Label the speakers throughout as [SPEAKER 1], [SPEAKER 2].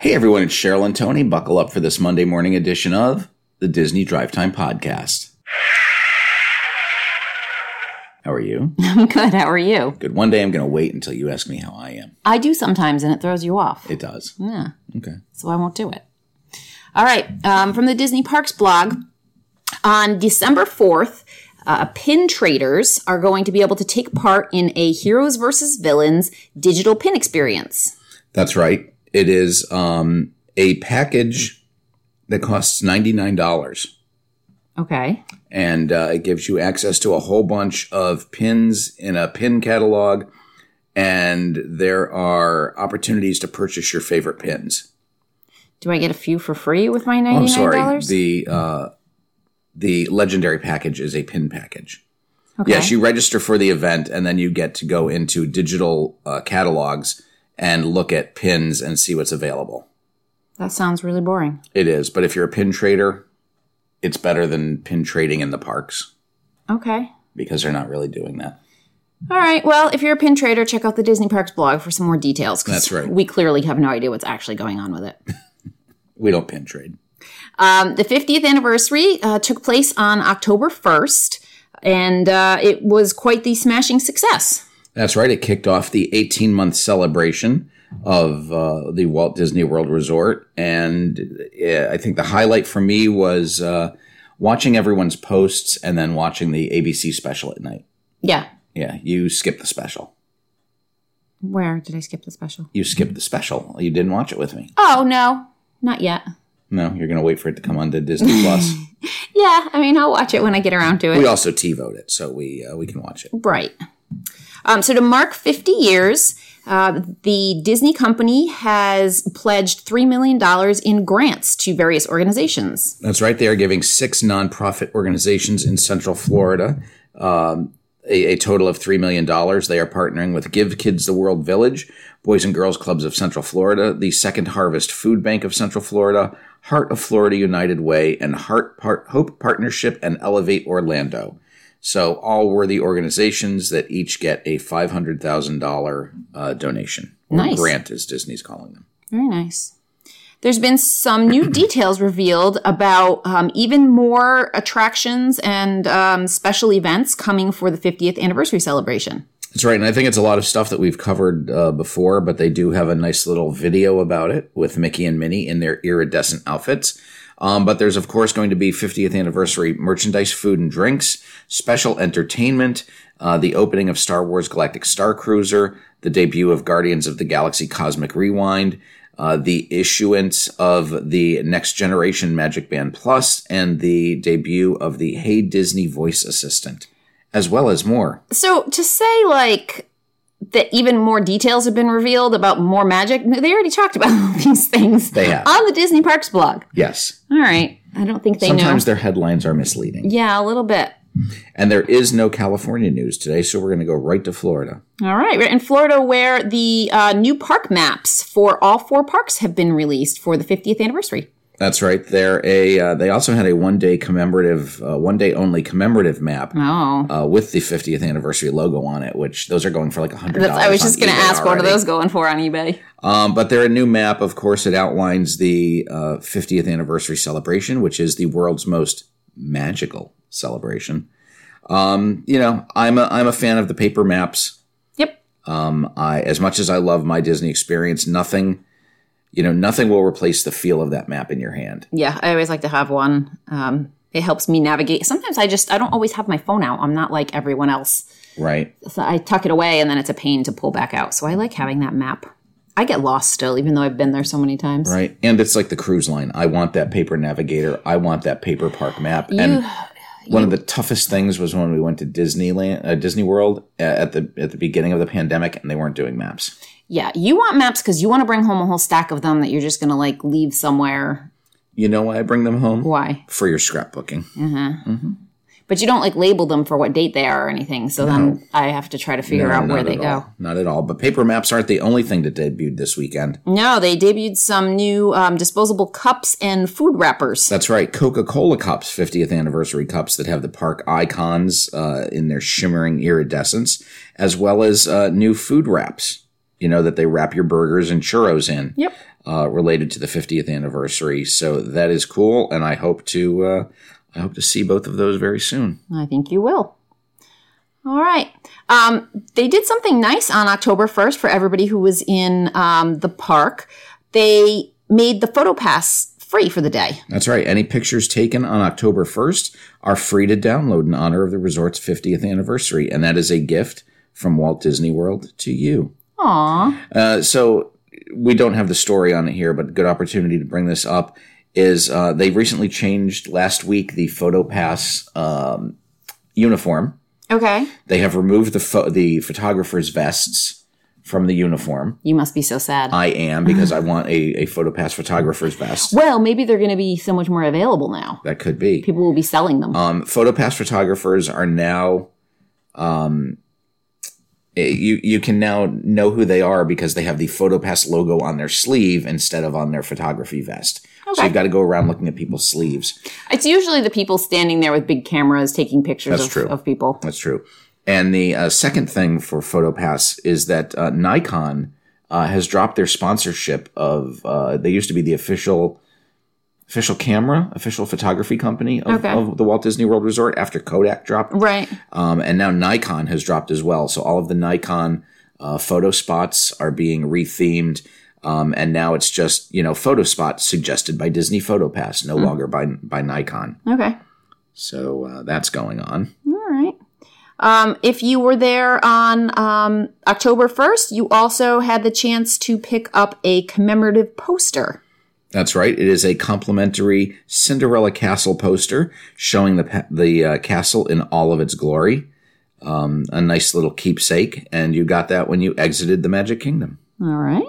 [SPEAKER 1] Hey everyone, it's Cheryl and Tony. Buckle up for this Monday morning edition of the Disney Drive Time Podcast. How are you?
[SPEAKER 2] I'm good. How are you?
[SPEAKER 1] Good. One day I'm going to wait until you ask me how I am.
[SPEAKER 2] I do sometimes, and it throws you off.
[SPEAKER 1] It does.
[SPEAKER 2] Yeah,
[SPEAKER 1] Okay.
[SPEAKER 2] so I won't do it. All right. Um, from the Disney Parks blog, on December 4th, uh, pin traders are going to be able to take part in a Heroes versus Villains digital pin experience.
[SPEAKER 1] That's right. It is um, a package that costs $99.
[SPEAKER 2] Okay.
[SPEAKER 1] and uh, it gives you access to a whole bunch of pins in a pin catalog. And there are opportunities to purchase your favorite pins.
[SPEAKER 2] Do I get a few for free with my $99?
[SPEAKER 1] Oh, I'm sorry. The uh, the legendary package is a pin package.
[SPEAKER 2] okay.
[SPEAKER 1] Yes, you register for the event, and then you get to go into digital uh, catalogs and look at pins and see what's available.
[SPEAKER 2] that sounds really boring.
[SPEAKER 1] It is, but if you're a pin trader, it's better than pin trading in the parks
[SPEAKER 2] Okay.
[SPEAKER 1] because they're not really doing that.
[SPEAKER 2] All right. Well, if you're a pin trader, check out the Disney Parks blog for some more details. 'cause
[SPEAKER 1] That's right.
[SPEAKER 2] We clearly have no idea what's actually going on with it.
[SPEAKER 1] We don't pin trade.
[SPEAKER 2] Um, the 50th anniversary uh, took place on October 1st, and uh, it was quite the smashing success.
[SPEAKER 1] That's right. It kicked off the 18 month celebration of uh, the Walt Disney World Resort. And uh, I think the highlight for me was uh, watching everyone's posts and then watching the ABC special at night.
[SPEAKER 2] Yeah.
[SPEAKER 1] Yeah, you skipped the special.
[SPEAKER 2] Where did I skip the special?
[SPEAKER 1] You skipped the special. You didn't watch it with me.
[SPEAKER 2] Oh, no. Not yet.
[SPEAKER 1] No, you're going to wait for it to come onto Disney Plus.
[SPEAKER 2] Yeah. I mean, I'll watch it when I get around to it.
[SPEAKER 1] we also TiVoed it, so we uh, we can watch it.
[SPEAKER 2] Right. Um, so to mark 50 years, uh, the Disney company has pledged $3 million in grants to various organizations.
[SPEAKER 1] That's right. They are giving six nonprofit organizations in Central Florida um, a, a total of $3 million. They are partnering with Give Kids the World Village, Boys and Girls Clubs of Central Florida, the Second Harvest Food Bank of Central Florida, Heart of Florida United Way, and Heart Part- Hope Partnership and Elevate Orlando. So, all worthy organizations that each get a $500,000 uh, donation. Or
[SPEAKER 2] Nice.
[SPEAKER 1] Grant, as Disney's calling them.
[SPEAKER 2] Very nice. There's been some new details revealed about um, even more attractions and um, special events coming for the 50th anniversary celebration.
[SPEAKER 1] That's right. And I think it's a lot of stuff that we've covered uh, before, but they do have a nice little video about it with Mickey and Minnie in their iridescent outfits. Um, but there's, of course, going to be 50th anniversary merchandise, food and drinks, special entertainment, uh, the opening of Star Wars Galactic Star Cruiser, the debut of Guardians of the Galaxy Cosmic Rewind, uh, the issuance of the Next Generation Magic Band Plus, and the debut of the Hey Disney voice assistant, as well as more.
[SPEAKER 2] So to say, like, that even more details have been revealed about more magic, they already talked about all these things
[SPEAKER 1] They have.
[SPEAKER 2] on the Disney Parks blog.
[SPEAKER 1] Yes.
[SPEAKER 2] All right. I don't think they
[SPEAKER 1] Sometimes
[SPEAKER 2] know.
[SPEAKER 1] their headlines are misleading.
[SPEAKER 2] Yeah, a little bit.
[SPEAKER 1] And there is no California news today, so we're going to go right to Florida.
[SPEAKER 2] All right. We're in Florida, where the uh, new park maps for all four parks have been released for the 50th anniversary.
[SPEAKER 1] That's right. They're a. Uh, they also had a one-day commemorative, uh, one-day only commemorative map
[SPEAKER 2] Oh.
[SPEAKER 1] uh, with the 50th anniversary logo on it. Which those are going for like a hundred.
[SPEAKER 2] That's, I was just going to ask, what
[SPEAKER 1] one
[SPEAKER 2] are
[SPEAKER 1] of
[SPEAKER 2] those going for on eBay?
[SPEAKER 1] Um, but they're a new map. Of course, it outlines the uh, 50th anniversary celebration, which is the world's most magical celebration. Um, you know, I'm a I'm a fan of the paper maps.
[SPEAKER 2] Yep.
[SPEAKER 1] Um, I, as much as I love my Disney experience, nothing, you know, nothing will replace the feel of that map in your hand.
[SPEAKER 2] Yeah, I always like to have one. Um, it helps me navigate. Sometimes I just I don't always have my phone out. I'm not like everyone else.
[SPEAKER 1] Right.
[SPEAKER 2] So I tuck it away, and then it's a pain to pull back out. So I like having that map. I get lost still, even though I've been there so many times.
[SPEAKER 1] Right. And it's like the cruise line. I want that paper navigator. I want that paper park map. and one of the toughest things was when we went to Disneyland, uh, Disney World uh, at the at the beginning of the pandemic, and they weren't doing maps.
[SPEAKER 2] Yeah, you want maps because you want to bring home a whole stack of them that you're just going to like leave somewhere.
[SPEAKER 1] You know why I bring them home
[SPEAKER 2] Why?
[SPEAKER 1] for your scrapbooking?
[SPEAKER 2] But you don't like label them for what date they are or anything. So then I have to try to figure out
[SPEAKER 1] No,
[SPEAKER 2] where
[SPEAKER 1] not
[SPEAKER 2] they
[SPEAKER 1] at
[SPEAKER 2] go.
[SPEAKER 1] all. Not at all. But paper maps aren't the only thing that debuted this weekend.
[SPEAKER 2] No, they debuted some new um, disposable cups and food wrappers.
[SPEAKER 1] That's right. Coca Cola cups, 50th anniversary cups that have the park icons uh, in their shimmering iridescence, as well as uh, new food wraps, you know, that they wrap your burgers and churros in.
[SPEAKER 2] Yep.
[SPEAKER 1] uh, related to the 50th anniversary. So that is cool, and I hope to uh, I hope to see both of those very soon.
[SPEAKER 2] I think you will. All right. Um, they did something nice on October 1st for everybody who was in um, the park. They made the photo pass free for the day.
[SPEAKER 1] That's right. Any pictures taken on October 1st are free to download in honor of the resort's 50th anniversary, and that is a gift from Walt Disney World to you.
[SPEAKER 2] Aw.
[SPEAKER 1] Uh, so we don't have the story on it here, but good opportunity to bring this up is uh, they recently changed last week the photo pass um, uniform.
[SPEAKER 2] Okay.
[SPEAKER 1] They have removed the pho- the photographer's vests from the uniform.
[SPEAKER 2] You must be so sad.
[SPEAKER 1] I am because
[SPEAKER 2] Mm-hmm.
[SPEAKER 1] I want a, a photo pass photographer's vest.
[SPEAKER 2] well, maybe they're going to be so much more available now.
[SPEAKER 1] That could be.
[SPEAKER 2] People will be selling them.
[SPEAKER 1] Um, PhotoPass photographers are now, um, eh, you you can now know who they are because they have the PhotoPass logo on their sleeve instead of on their photography vest. So
[SPEAKER 2] Okay.
[SPEAKER 1] you've got to go around looking at people's sleeves.
[SPEAKER 2] it's usually the people standing there with big cameras taking pictures
[SPEAKER 1] That's
[SPEAKER 2] of,
[SPEAKER 1] true.
[SPEAKER 2] of people.
[SPEAKER 1] That's true. And the uh, second thing for PhotoPass is that uh, Nikon uh, has dropped their sponsorship of. Uh, they used to be the official. Official camera, official photography company of,
[SPEAKER 2] Okay.
[SPEAKER 1] of the Walt Disney World Resort after Kodak dropped
[SPEAKER 2] Right.
[SPEAKER 1] Um, and now Nikon has dropped as well. So all of the Nikon uh, photo spots are being rethemed. Um, and now it's just, you know, photo spots suggested by Disney PhotoPass, no longer by, by Nikon.
[SPEAKER 2] Okay.
[SPEAKER 1] So uh, that's going on.
[SPEAKER 2] All right. Um, if you were there on um, October 1st, you also had the chance to pick up a commemorative poster.
[SPEAKER 1] That's right. It is a complimentary Cinderella Castle poster showing the, pa- the uh, castle in all of its glory. Um, a nice little keepsake. And you got that when you exited the Magic Kingdom.
[SPEAKER 2] All right.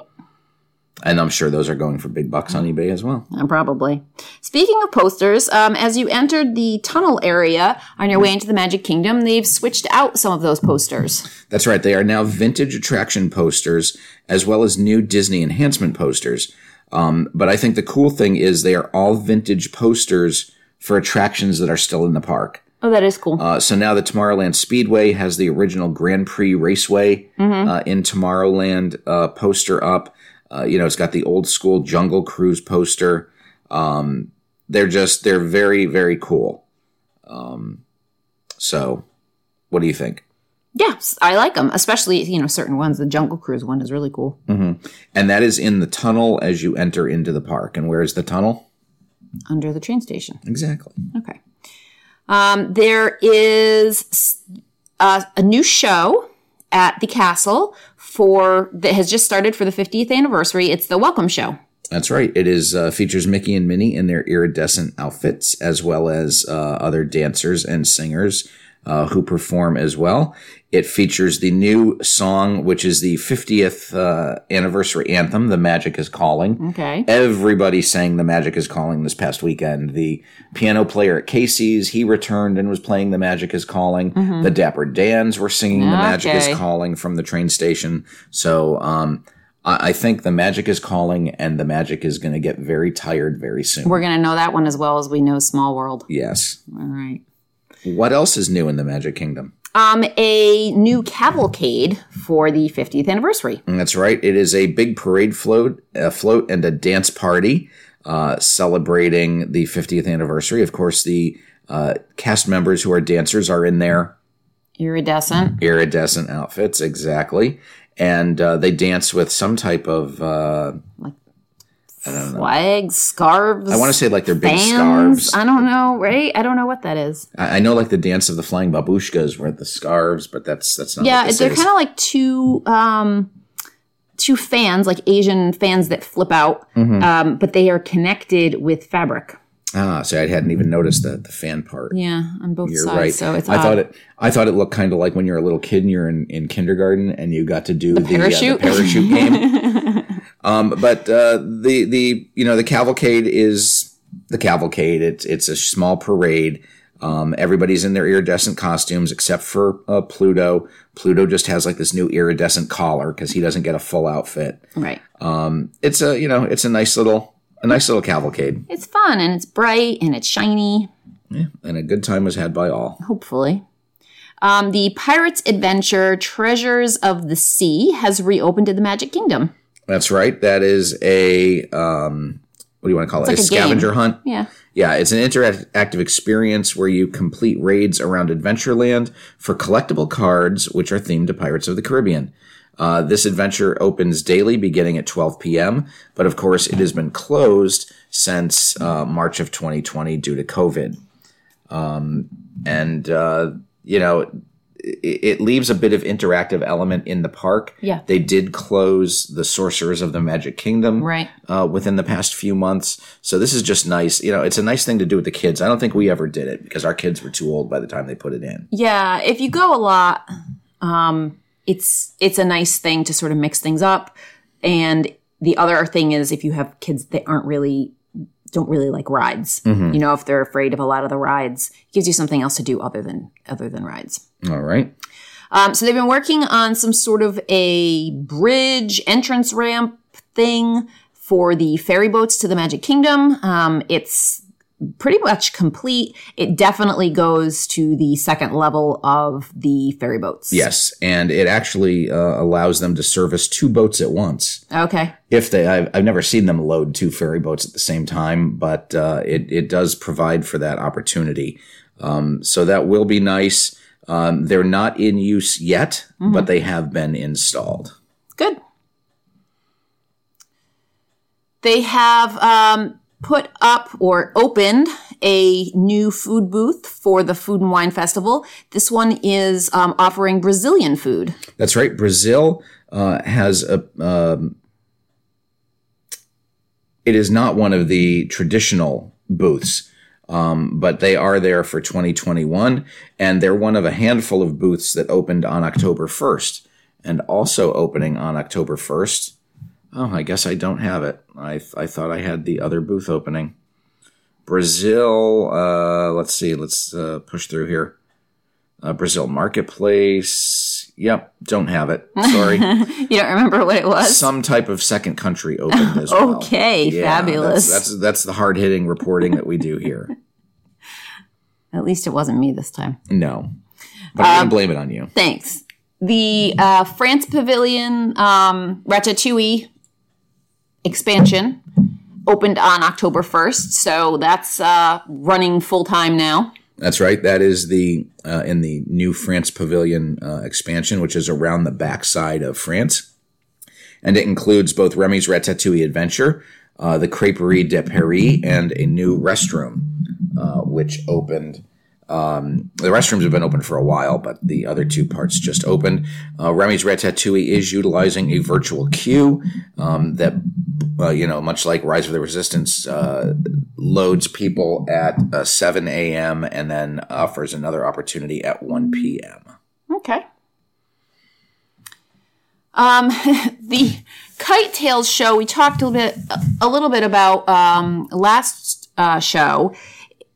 [SPEAKER 1] And I'm sure those are going for big bucks on eBay as well.
[SPEAKER 2] Uh, probably. Speaking of posters, um, as you entered the tunnel area on your way into the Magic Kingdom, they've switched out some of those posters.
[SPEAKER 1] That's right. They are now vintage attraction posters as well as new Disney enhancement posters. Um, but I think the cool thing is they are all vintage posters for attractions that are still in the park.
[SPEAKER 2] Oh, that is cool.
[SPEAKER 1] Uh, so now the Tomorrowland Speedway has the original Grand Prix Raceway uh, in Tomorrowland uh, poster up. Uh, you know, it's got the old school Jungle Cruise poster. Um, they're just they're very very cool. Um, so, what do you think?
[SPEAKER 2] yes, I like them, especially you know certain ones. The Jungle Cruise one is really cool.
[SPEAKER 1] Mm-hmm. And that is in the tunnel as you enter into the park. And where is the tunnel?
[SPEAKER 2] Under the train station.
[SPEAKER 1] Exactly.
[SPEAKER 2] Okay. Um, there is uh, a new show at the castle for that has just started for the 50th anniversary. It's the Welcome Show.
[SPEAKER 1] That's right. It is uh, features Mickey and Minnie in their iridescent outfits, as well as uh, other dancers and singers uh, who perform as well. It features the new song, which is the 50th uh, anniversary anthem, "The Magic Is Calling."
[SPEAKER 2] Okay.
[SPEAKER 1] Everybody sang The Magic is Calling this past weekend. The piano player at Casey's, he returned and was playing The Magic is Calling. The Dapper Dans were singing The Magic is
[SPEAKER 2] Mm-hmm. Okay.
[SPEAKER 1] Calling from the train station. So um, I, I think The Magic is Calling and The Magic is going to get very tired very soon.
[SPEAKER 2] We're gonna know that one as well as we know Small World.
[SPEAKER 1] yes.
[SPEAKER 2] All right.
[SPEAKER 1] What else is new in the Magic Kingdom?
[SPEAKER 2] Um, a new cavalcade for the 50th anniversary.
[SPEAKER 1] And That's right. It is a big parade float, a float, and a dance party uh, celebrating the 50th anniversary. Of course, the uh, cast members who are dancers are in their
[SPEAKER 2] Iridescent.
[SPEAKER 1] iridescent outfits, exactly, and uh, they dance with some type of. Uh,
[SPEAKER 2] Flags, scarves.
[SPEAKER 1] I want to say like their big
[SPEAKER 2] fans.
[SPEAKER 1] scarves.
[SPEAKER 2] I don't know, right? I don't know what that is.
[SPEAKER 1] I, I know like the dance of the flying babushkas were the scarves, but that's that's not. what
[SPEAKER 2] Yeah,
[SPEAKER 1] this
[SPEAKER 2] they're
[SPEAKER 1] is.
[SPEAKER 2] kind of like two um, two fans, like Asian fans that flip out,
[SPEAKER 1] Mm-hmm.
[SPEAKER 2] um, but they are connected with fabric.
[SPEAKER 1] Ah, so I hadn't even noticed the the fan part.
[SPEAKER 2] Yeah, on both
[SPEAKER 1] You're
[SPEAKER 2] sides.
[SPEAKER 1] right.
[SPEAKER 2] So it's
[SPEAKER 1] I
[SPEAKER 2] odd.
[SPEAKER 1] thought it. I thought it looked kind of like when you're a little kid and you're in, in kindergarten and you got to do the, uh, the
[SPEAKER 2] parachute?
[SPEAKER 1] parachute game. um, but uh, the the you know the cavalcade is the cavalcade. It's it's a small parade. Um, everybody's in their iridescent costumes except for uh, Pluto. Pluto just has like this new iridescent collar because he doesn't get a full outfit.
[SPEAKER 2] right.
[SPEAKER 1] Um, it's a you know it's a nice little a nice little cavalcade
[SPEAKER 2] It's fun and it's bright and it's shiny.
[SPEAKER 1] and a good time was had by all.
[SPEAKER 2] Hopefully. Um, the Pirates Adventure Treasures of the Sea has reopened to the Magic Kingdom.
[SPEAKER 1] That's right. That is a um, what do you want to call it?
[SPEAKER 2] like
[SPEAKER 1] a
[SPEAKER 2] a game.
[SPEAKER 1] scavenger hunt.
[SPEAKER 2] Yeah.
[SPEAKER 1] Yeah, it's an interactive experience where you complete raids around Adventureland for collectible cards, which are themed to Pirates of the Caribbean. Uh, this adventure opens daily beginning at 12 p.m., but of course, it has been closed since uh, March of 2020 due to COVID. Um, and, uh, you know, it, it leaves a bit of interactive element in the park.
[SPEAKER 2] Yeah.
[SPEAKER 1] They did close the Sorcerers of the Magic Kingdom
[SPEAKER 2] Right.
[SPEAKER 1] uh, within the past few months. So this is just nice. You know, it's a nice thing to do with the kids. I don't think we ever did it because our kids were too old by the time they put it in.
[SPEAKER 2] Yeah, if you go a lot, um, it's it's a nice thing to sort of mix things up. And the other thing is if you have kids that aren't really don't really like rides, you know, if they're afraid of a lot of the rides, it gives you something else to do other than other than rides.
[SPEAKER 1] All right.
[SPEAKER 2] Um, so they've been working on some sort of a bridge entrance ramp thing for the ferry boats to the Magic Kingdom. Um, it's pretty much complete. It definitely goes to the second level of the ferry boats.
[SPEAKER 1] Yes, and it actually uh, allows them to service two boats at once.
[SPEAKER 2] Okay.
[SPEAKER 1] If they, I've, I've never seen them load two ferry boats at the same time, but uh, it it does provide for that opportunity. Um, so that will be nice. Um, they're not in use yet, but they have been installed.
[SPEAKER 2] Good. They have um, put up or opened a new food booth for the Food and Wine Festival. This one is um, offering Brazilian food.
[SPEAKER 1] That's right. Brazil uh, has a. Um, it is not one of the traditional booths, um, but they are there for 2021, and they're one of a handful of booths that opened on October 1st, and also opening on October 1st. Oh, I guess I don't have it. I I thought I had the other booth opening. Brazil. Uh, let's see. Let's uh, push through here uh, Brazil Marketplace. Yep, don't have it. Sorry.
[SPEAKER 2] You don't remember what it was?
[SPEAKER 1] Some type of second country opened as well.
[SPEAKER 2] Okay,
[SPEAKER 1] Yeah,
[SPEAKER 2] fabulous.
[SPEAKER 1] That's that's, that's the hard hitting reporting that we do here.
[SPEAKER 2] At least it wasn't me this time.
[SPEAKER 1] No, but
[SPEAKER 2] Uh,
[SPEAKER 1] I'm gonna blame it on you.
[SPEAKER 2] Thanks. The uh, France Pavilion um, Ratatouille expansion opened on October 1st, so that's uh, running full time now.
[SPEAKER 1] That's right. That is the uh, in the new France Pavilion uh, expansion, which is around the backside of France, and it includes both Remy's Ratatouille Adventure, uh, the Creperie de Paris, and a new restroom, uh, which opened. Um, the restrooms have been open for a while, but the other two parts just opened. Uh, Remy's Ratatouille is utilizing a virtual queue um, that, uh, you know, much like Rise of the Resistance, uh, loads people at uh, 7 a.m. and then offers another opportunity at 1 p.m.
[SPEAKER 2] Okay. Um, the Kite Tales show we talked a little bit, a little bit about um, last uh, show.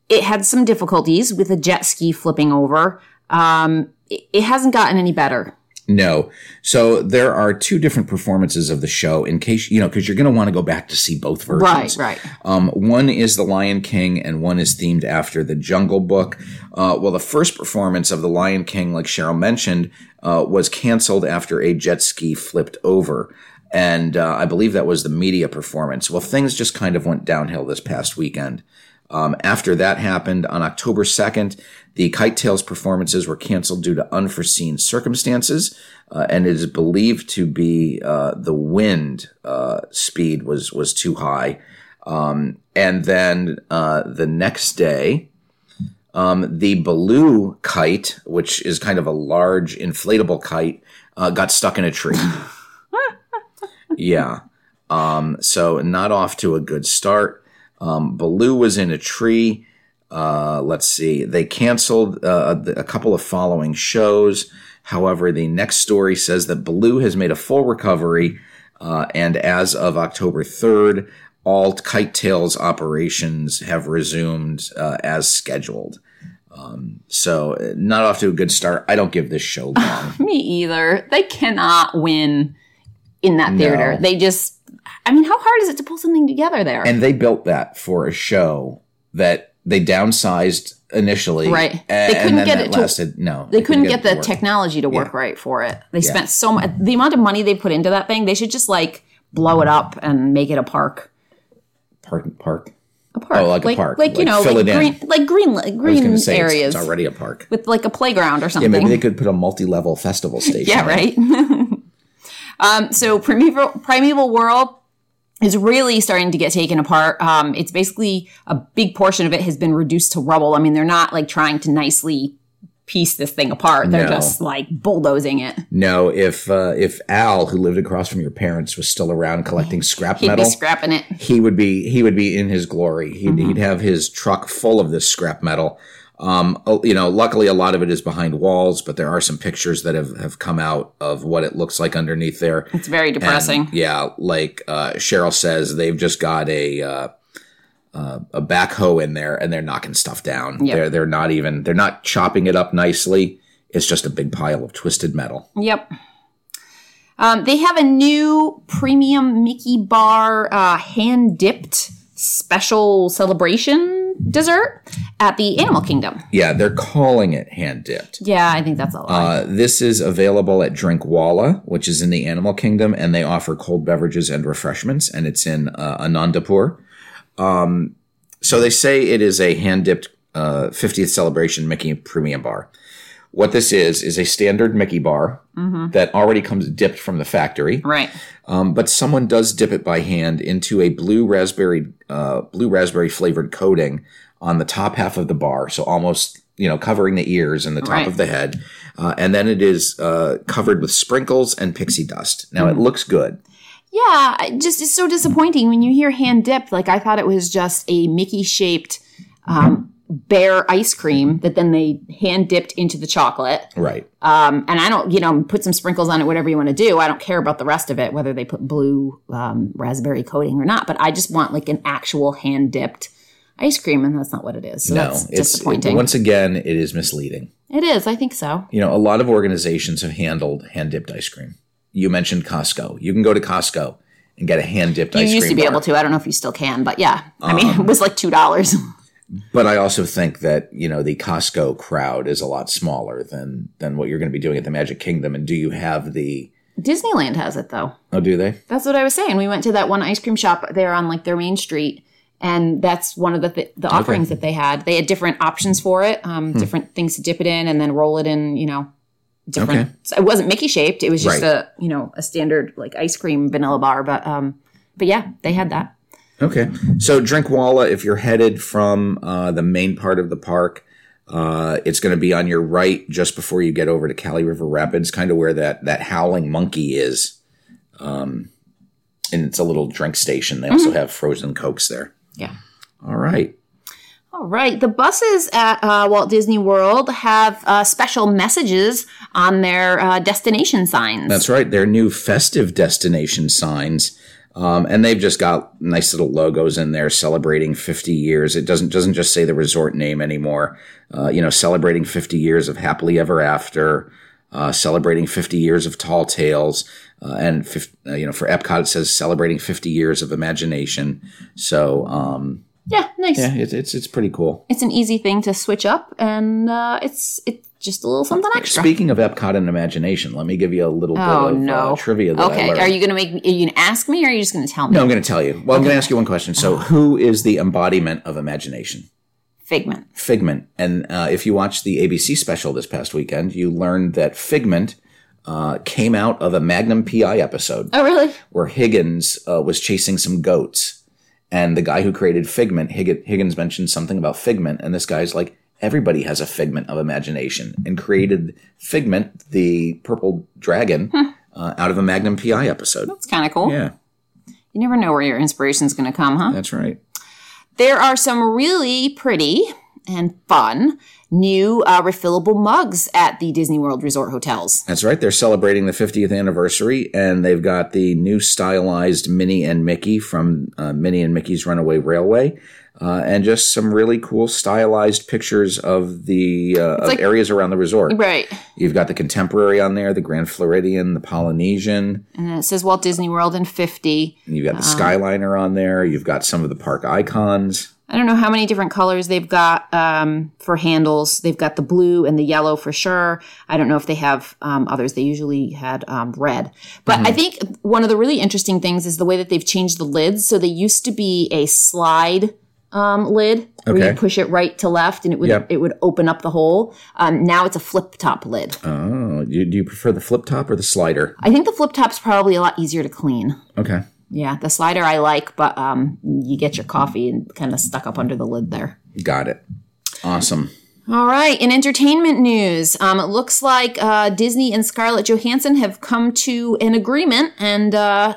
[SPEAKER 2] It had some difficulties with a jet ski flipping over. Um, it, it hasn't gotten any better.
[SPEAKER 1] No. So there are two different performances of the show in case, you know, because you're going to want to go back to see both versions.
[SPEAKER 2] right.
[SPEAKER 1] Um, one is The Lion King, and one is themed after The Jungle Book. Uh, well, the first performance of The Lion King, like Cheryl mentioned, uh, was canceled after a jet ski flipped over. And uh, I believe that was the media performance. Well, things just kind of went downhill this past weekend. Um, after that happened on October 2nd, the Kite Tales performances were canceled due to unforeseen circumstances, uh, and it is believed to be uh, the wind uh, speed was was too high. Um, and then uh, the next day, um, the Baloo kite, which is kind of a large inflatable kite, uh, got stuck in a tree. yeah. Um, so not off to a good start. Um, Baloo was in a tree. Uh, let's see. They canceled uh, a a couple of following shows. However, the next story says that Baloo has made a full recovery, uh, and as of October 3rd, all Kite Tails operations have resumed uh, as scheduled. Um, so, uh, not off to a good start. I don't give this show long.
[SPEAKER 2] Me either. They cannot win in that theater.
[SPEAKER 1] No.
[SPEAKER 2] They just, I mean, how hard is it to pull something together there?
[SPEAKER 1] and they built that for a show that they downsized initially,
[SPEAKER 2] Right.
[SPEAKER 1] a- And,
[SPEAKER 2] They couldn't
[SPEAKER 1] then
[SPEAKER 2] get
[SPEAKER 1] that
[SPEAKER 2] it to-
[SPEAKER 1] lasted. no,
[SPEAKER 2] they couldn't get,
[SPEAKER 1] it to
[SPEAKER 2] the
[SPEAKER 1] work.
[SPEAKER 2] technology to work
[SPEAKER 1] Yeah.
[SPEAKER 2] right for it. They spent so much the amount of money they put into that thing. They should just like blow it up and make it a park.
[SPEAKER 1] Park, park.
[SPEAKER 2] A park.
[SPEAKER 1] Oh, like a park.
[SPEAKER 2] Like, you
[SPEAKER 1] Like,
[SPEAKER 2] know,
[SPEAKER 1] fill
[SPEAKER 2] like
[SPEAKER 1] it in.
[SPEAKER 2] green, like green, like
[SPEAKER 1] I was
[SPEAKER 2] green
[SPEAKER 1] gonna say it's-
[SPEAKER 2] areas
[SPEAKER 1] It's, already a park.
[SPEAKER 2] with like a playground or
[SPEAKER 1] Yeah,
[SPEAKER 2] something.
[SPEAKER 1] maybe they could put a multi-level festival station.
[SPEAKER 2] Yeah, right. um, so primeval primeval world is really starting to get taken apart. Um, it's basically a big portion of it has been reduced to rubble. I mean, they're not like trying to nicely piece this thing apart. They're
[SPEAKER 1] No.
[SPEAKER 2] just like bulldozing it.
[SPEAKER 1] No, if uh, if Al, who lived across from your parents, was still around collecting scrap
[SPEAKER 2] He'd
[SPEAKER 1] metal,
[SPEAKER 2] be scrapping it.
[SPEAKER 1] he would be he would be in his glory. He'd,
[SPEAKER 2] Mm-hmm.
[SPEAKER 1] he'd have his truck full of this scrap metal. Um, oh, you know, luckily a lot of it is behind walls, but there are some pictures that have, have come out of what it looks like underneath there.
[SPEAKER 2] It's very depressing.
[SPEAKER 1] And, yeah, like uh, Cheryl says, they've just got a uh, uh, a backhoe in there, and they're knocking stuff down.
[SPEAKER 2] Yep.
[SPEAKER 1] They're they're not even they're not chopping it up nicely. It's just a big pile of twisted metal.
[SPEAKER 2] Yep. Um, they have a new premium Mickey Bar uh, hand dipped special celebration dessert at the Animal Kingdom.
[SPEAKER 1] Yeah, they're calling it hand dipped.
[SPEAKER 2] Yeah, I think that's a lot.
[SPEAKER 1] Uh, this is available at Drinkwalla, which is in the Animal Kingdom, and they offer cold beverages and refreshments, and it's in uh, Anandapur. Um, so they say it is a hand dipped uh, 50th celebration Mickey premium bar. What this is is a standard Mickey bar
[SPEAKER 2] Mm-hmm.
[SPEAKER 1] that already comes dipped from the factory,
[SPEAKER 2] right.
[SPEAKER 1] um, but someone does dip it by hand into a blue raspberry uh, blue raspberry flavored coating on the top half of the bar, so almost you know covering the ears and the top
[SPEAKER 2] Right.
[SPEAKER 1] of the head, uh, and then it is uh, covered with sprinkles and pixie dust. Now
[SPEAKER 2] Mm.
[SPEAKER 1] it looks good.
[SPEAKER 2] Yeah, I- just it's so disappointing when you hear hand dipped. Like I thought it was just a Mickey shaped um, bear ice cream that then they hand dipped into the chocolate.
[SPEAKER 1] Right.
[SPEAKER 2] Um, and I don't, you know, put some sprinkles on it, whatever you want to do. I don't care about the rest of it, whether they put blue um, raspberry coating or not. But I just want like an actual hand dipped ice cream, and that's not what it is. So
[SPEAKER 1] no,
[SPEAKER 2] that's
[SPEAKER 1] it's
[SPEAKER 2] disappointing.
[SPEAKER 1] It, once again, it is misleading.
[SPEAKER 2] it is, I think so.
[SPEAKER 1] You know, a lot of organizations have handled hand dipped ice cream. You mentioned Costco. You can go to Costco and get a hand dipped
[SPEAKER 2] You
[SPEAKER 1] ice cream.
[SPEAKER 2] used to be
[SPEAKER 1] bar.
[SPEAKER 2] able to. I don't know if you still can, but yeah. I mean, it was like two dollars.
[SPEAKER 1] Um, But I also think that you know the Costco crowd is a lot smaller than than what you're going to be doing at the Magic Kingdom. And do you have the?
[SPEAKER 2] Disneyland has it though.
[SPEAKER 1] Oh, do they?
[SPEAKER 2] That's what I was saying. We went to that one ice cream shop there on like their main street, and that's one of the th- the offerings that they had. They had different options for it, um,
[SPEAKER 1] Hmm.
[SPEAKER 2] different things to dip it in, and then roll it in. You know, different.
[SPEAKER 1] Okay.
[SPEAKER 2] So it wasn't Mickey shaped. It was just
[SPEAKER 1] Right.
[SPEAKER 2] a you know a standard like ice cream vanilla bar. But um, but yeah, they had that.
[SPEAKER 1] Okay. So Drinkwalla, if you're headed from uh, the main part of the park, uh, it's going to be on your right just before you get over to Cali River Rapids, kind of where that that howling monkey is. Um, and it's a little drink station. They also have frozen cokes there.
[SPEAKER 2] Yeah.
[SPEAKER 1] All right.
[SPEAKER 2] All right. The buses at uh, Walt Disney World have uh, special messages on their uh, destination signs.
[SPEAKER 1] That's right. Their new festive destination signs. Um, and they've just got nice little logos in there celebrating 50 years. It doesn't doesn't just say the resort name anymore. Uh, you know, celebrating 50 years of happily ever after, uh, celebrating 50 years of tall tales, uh, and fif- uh, you know for Epcot it says celebrating 50 years of imagination. So um,
[SPEAKER 2] yeah, nice.
[SPEAKER 1] yeah, it's, it's it's pretty cool.
[SPEAKER 2] It's an easy thing to switch up, and uh, it's it's just a little something extra.
[SPEAKER 1] Speaking of Epcot and imagination, let me give you a little
[SPEAKER 2] Oh
[SPEAKER 1] bit of
[SPEAKER 2] no!
[SPEAKER 1] uh, trivia. That I
[SPEAKER 2] okay,
[SPEAKER 1] learned.
[SPEAKER 2] are you gonna make? Are you gonna ask me, or are you just gonna tell me?
[SPEAKER 1] No, I'm going to tell you. Well, I'm going to ask you one question. So, who is the embodiment of imagination?
[SPEAKER 2] Figment.
[SPEAKER 1] Figment. And uh, if you watched the ABC special this past weekend, you learned that Figment uh, came out of a Magnum PI episode
[SPEAKER 2] Oh, really?
[SPEAKER 1] where Higgins uh, was chasing some goats. And the guy who created Figment, Hig- Higgins mentioned something about Figment. And this guy's like, everybody has a figment of imagination and created Figment, the purple dragon, uh, out of a Magnum PI episode.
[SPEAKER 2] That's kind of cool.
[SPEAKER 1] Yeah,
[SPEAKER 2] You never know where your inspiration's gonna come, huh?
[SPEAKER 1] that's right.
[SPEAKER 2] There are some really pretty and fun new uh, refillable mugs at the Disney World Resort hotels.
[SPEAKER 1] That's right. They're celebrating the 50th anniversary, and they've got the new stylized Minnie and Mickey from uh, Minnie and Mickey's Runaway Railway, uh, and just some really cool stylized pictures of the uh, of
[SPEAKER 2] like-
[SPEAKER 1] areas around the resort.
[SPEAKER 2] Right.
[SPEAKER 1] You've got the contemporary on there, the Grand Floridian, the Polynesian.
[SPEAKER 2] And then it says Walt Disney World in 50.
[SPEAKER 1] and You've got the Skyliner on there. You've got some of the park icons.
[SPEAKER 2] I don't know how many different colors they've got um, for handles models. They've got the blue and the yellow for sure. I don't know if they have um, others. They usually had um, red. But
[SPEAKER 1] Mm-hmm.
[SPEAKER 2] I think one of the really interesting things is the way that they've changed the lids. So they used to be a slide um, lid where you
[SPEAKER 1] Okay.
[SPEAKER 2] push it right to left and it would
[SPEAKER 1] Yep.
[SPEAKER 2] it would open up the hole. Um, now it's a flip top lid.
[SPEAKER 1] Oh, you, do you prefer the flip top or the slider?
[SPEAKER 2] I think the flip top's probably a lot easier to clean.
[SPEAKER 1] Okay.
[SPEAKER 2] Yeah, the slider I like, but um, you get your coffee and kind of stuck up under the lid there.
[SPEAKER 1] Got it. Awesome.
[SPEAKER 2] All right, in entertainment news, um, it looks like uh, Disney and Scarlett Johansson have come to an agreement, and uh,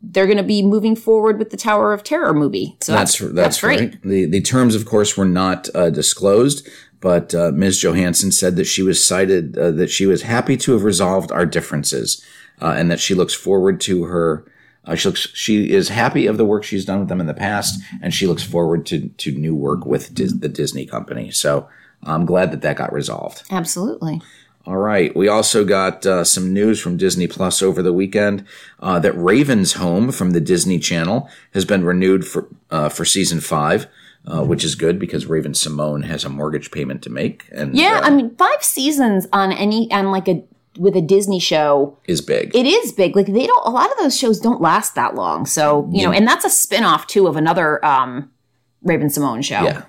[SPEAKER 2] they're going to be moving forward with the Tower of Terror movie. So
[SPEAKER 1] That's that's,
[SPEAKER 2] great.
[SPEAKER 1] right. The the terms, of course, were not uh, disclosed, but uh, Ms. Johansson said that she was cited uh, that she was happy to have resolved our differences, uh, and that she looks forward to her. Uh, she looks, she is happy of the work she's done with them in the past, and she looks forward to to new work with Dis- the Disney company. So I'm glad that that got resolved.
[SPEAKER 2] Absolutely.
[SPEAKER 1] All right. We also got uh, some news from Disney Plus over the weekend uh, that Raven's Home from the Disney Channel has been renewed for uh, for season five, uh, which is good because Raven Simone has a mortgage payment to make and
[SPEAKER 2] Yeah,
[SPEAKER 1] uh,
[SPEAKER 2] I mean, five seasons on any on like a with a Disney show,
[SPEAKER 1] is big.
[SPEAKER 2] it is big. Like they don't a lot of those shows don't last that long. So you know, and that's a spin off too of another um, Raven Simone show.
[SPEAKER 1] yeah.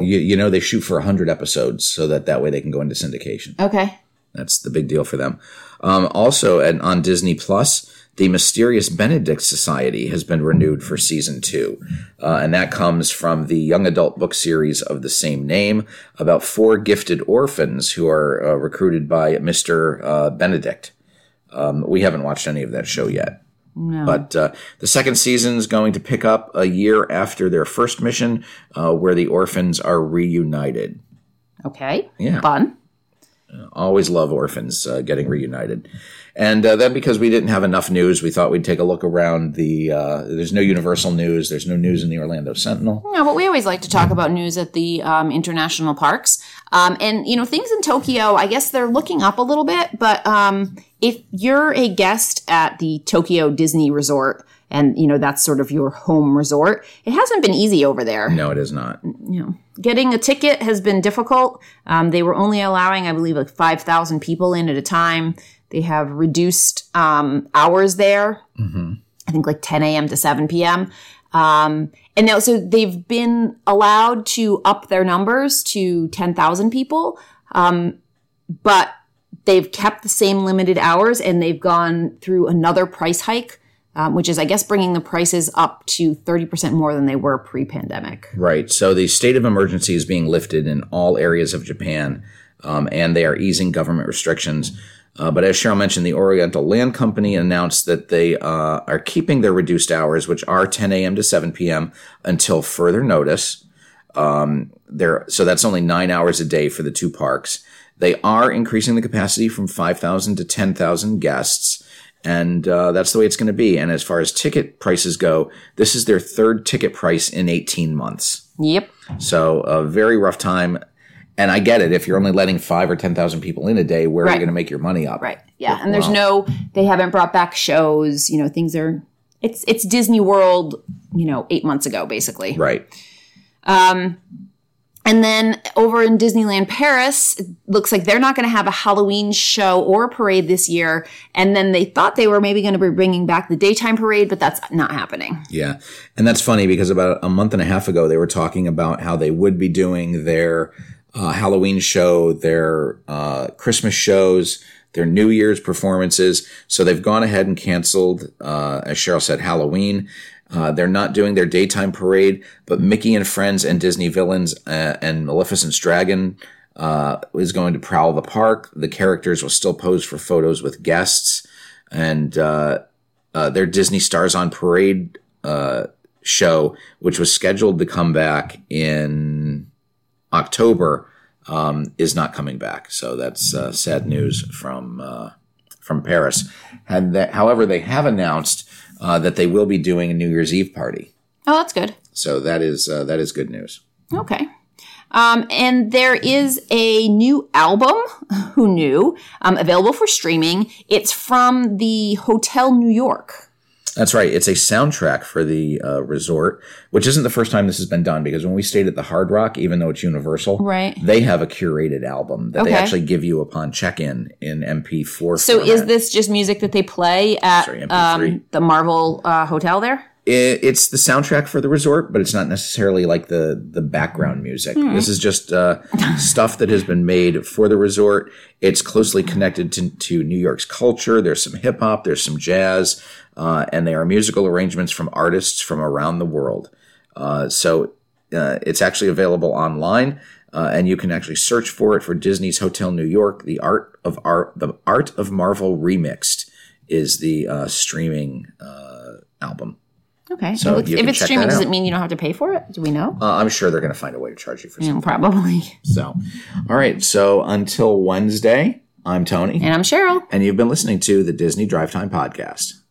[SPEAKER 1] Yeah, you, you know they shoot for hundred episodes so that that way they can go into syndication.
[SPEAKER 2] okay.
[SPEAKER 1] That's the big deal for them. Um, also, and on Disney Plus, the Mysterious Benedict Society has been renewed for season two, uh, and that comes from the young adult book series of the same name about four gifted orphans who are uh, recruited by Mister uh, Benedict. Um, we haven't watched any of that show yet. But uh, the second season is going to pick up a year after their first mission, uh, where the orphans are reunited.
[SPEAKER 2] Okay.
[SPEAKER 1] Yeah.
[SPEAKER 2] Fun.
[SPEAKER 1] Always love orphans uh, getting reunited. And uh, then because we didn't have enough news, we thought we'd take a look around the. Uh, there's no Universal news. There's no news in the Orlando Sentinel.
[SPEAKER 2] Yeah, but we always like to talk about news at the um, international parks. Um, and, you know, things in Tokyo, I guess they're looking up a little bit, but um, if you're a guest at the Tokyo Disney Resort, and you know that's sort of your home resort. It hasn't been easy over there.
[SPEAKER 1] No, it is not.
[SPEAKER 2] You know, getting a ticket has been difficult. Um, they were only allowing, I believe, like five thousand people in at a time. They have reduced um, hours there I think like 10 a.m. to 7 p.m. Um, and now, so they've been allowed to up their numbers to 10,000 people, um, but they've kept the same limited hours and they've gone through another price hike, um, which is, I guess, bringing the prices up to 30% more than they were pre pandemic.
[SPEAKER 1] Right. So the state of emergency is being lifted in all areas of Japan, um, and they are easing government restrictions. Uh, but as Cheryl mentioned, the Oriental Land Company announced that they uh, are keeping their reduced hours, which are 10 a.m. to 7 p.m., until further notice. there so that's only nine hours a day for the two parks they are increasing the capacity from 5000 to 10000 guests and uh, that's the way it's going to be and as far as ticket prices go this is their third ticket price in 18 months
[SPEAKER 2] Yep.
[SPEAKER 1] so a very rough time and i get it if you're only letting five or 10000 people in a day where are
[SPEAKER 2] Right.
[SPEAKER 1] you going to make your money up
[SPEAKER 2] Right. Yeah. And there's no, they haven't brought back shows. You know, things are, it's, it's Disney World, you know, eight months ago, basically.
[SPEAKER 1] right
[SPEAKER 2] And then over in Disneyland Paris, it looks like they're not going to have a Halloween show or parade this year. And then they thought they were maybe going to be bringing back the daytime parade, but that's not happening.
[SPEAKER 1] Yeah. And that's funny because about a month and a half ago, they were talking about how they would be doing their uh, Halloween show, their uh, Christmas shows, their New Year's performances. So they've gone ahead and canceled, uh, as Cheryl said, Halloween. Uh, they're not doing their daytime parade, but Mickey and Friends and Disney Villains uh, and Maleficent's Dragon uh, is going to prowl the park. The characters will still pose for photos with guests. And uh, uh, their Disney Stars on Parade uh, show, which was scheduled to come back in October, um, is not coming back. So that's uh, sad news from uh, from Paris. And that, however, they have announced uh, that they will be doing a New Year's Eve party.
[SPEAKER 2] Oh, that's good.
[SPEAKER 1] So that is uh, that is good news.
[SPEAKER 2] Okay. Um, and there is a new album, who knew, um, available for streaming. It's from the Hotel New York.
[SPEAKER 1] That's right. It's a soundtrack for the uh, resort, which isn't the first time this has been done because when we stayed at the Hard Rock, even though it's Universal,
[SPEAKER 2] Right.
[SPEAKER 1] they have a curated album that they
[SPEAKER 2] Okay.
[SPEAKER 1] actually give you upon check in in MP4.
[SPEAKER 2] So is
[SPEAKER 1] format.
[SPEAKER 2] this just music that they play at
[SPEAKER 1] Sorry, MP3.
[SPEAKER 2] um, the Marvel uh, hotel there?
[SPEAKER 1] it, it's the soundtrack for the resort, but it's not necessarily like the the background music. This is just uh, stuff that has been made for the resort. It's closely connected to, to New York's culture. There's some hip hop, there's some jazz, uh, and they are musical arrangements from artists from around the world. Uh, so uh, it's actually available online, uh, and you can actually search for it for Disney's Hotel New York. The art of art, the art of Marvel remixed is the uh, streaming uh, album.
[SPEAKER 2] Okay.
[SPEAKER 1] So
[SPEAKER 2] It looks-
[SPEAKER 1] you
[SPEAKER 2] if
[SPEAKER 1] can
[SPEAKER 2] it's
[SPEAKER 1] check
[SPEAKER 2] streaming,
[SPEAKER 1] that
[SPEAKER 2] does
[SPEAKER 1] out.
[SPEAKER 2] it mean you don't have to pay for it? Do we know?
[SPEAKER 1] Uh, I'm sure they're going to find a way to charge you for something.
[SPEAKER 2] Yeah, probably.
[SPEAKER 1] So, all right. So until Wednesday, I'm Tony,
[SPEAKER 2] And I'm Cheryl.
[SPEAKER 1] and you've been listening to the Disney Drive Time Podcast.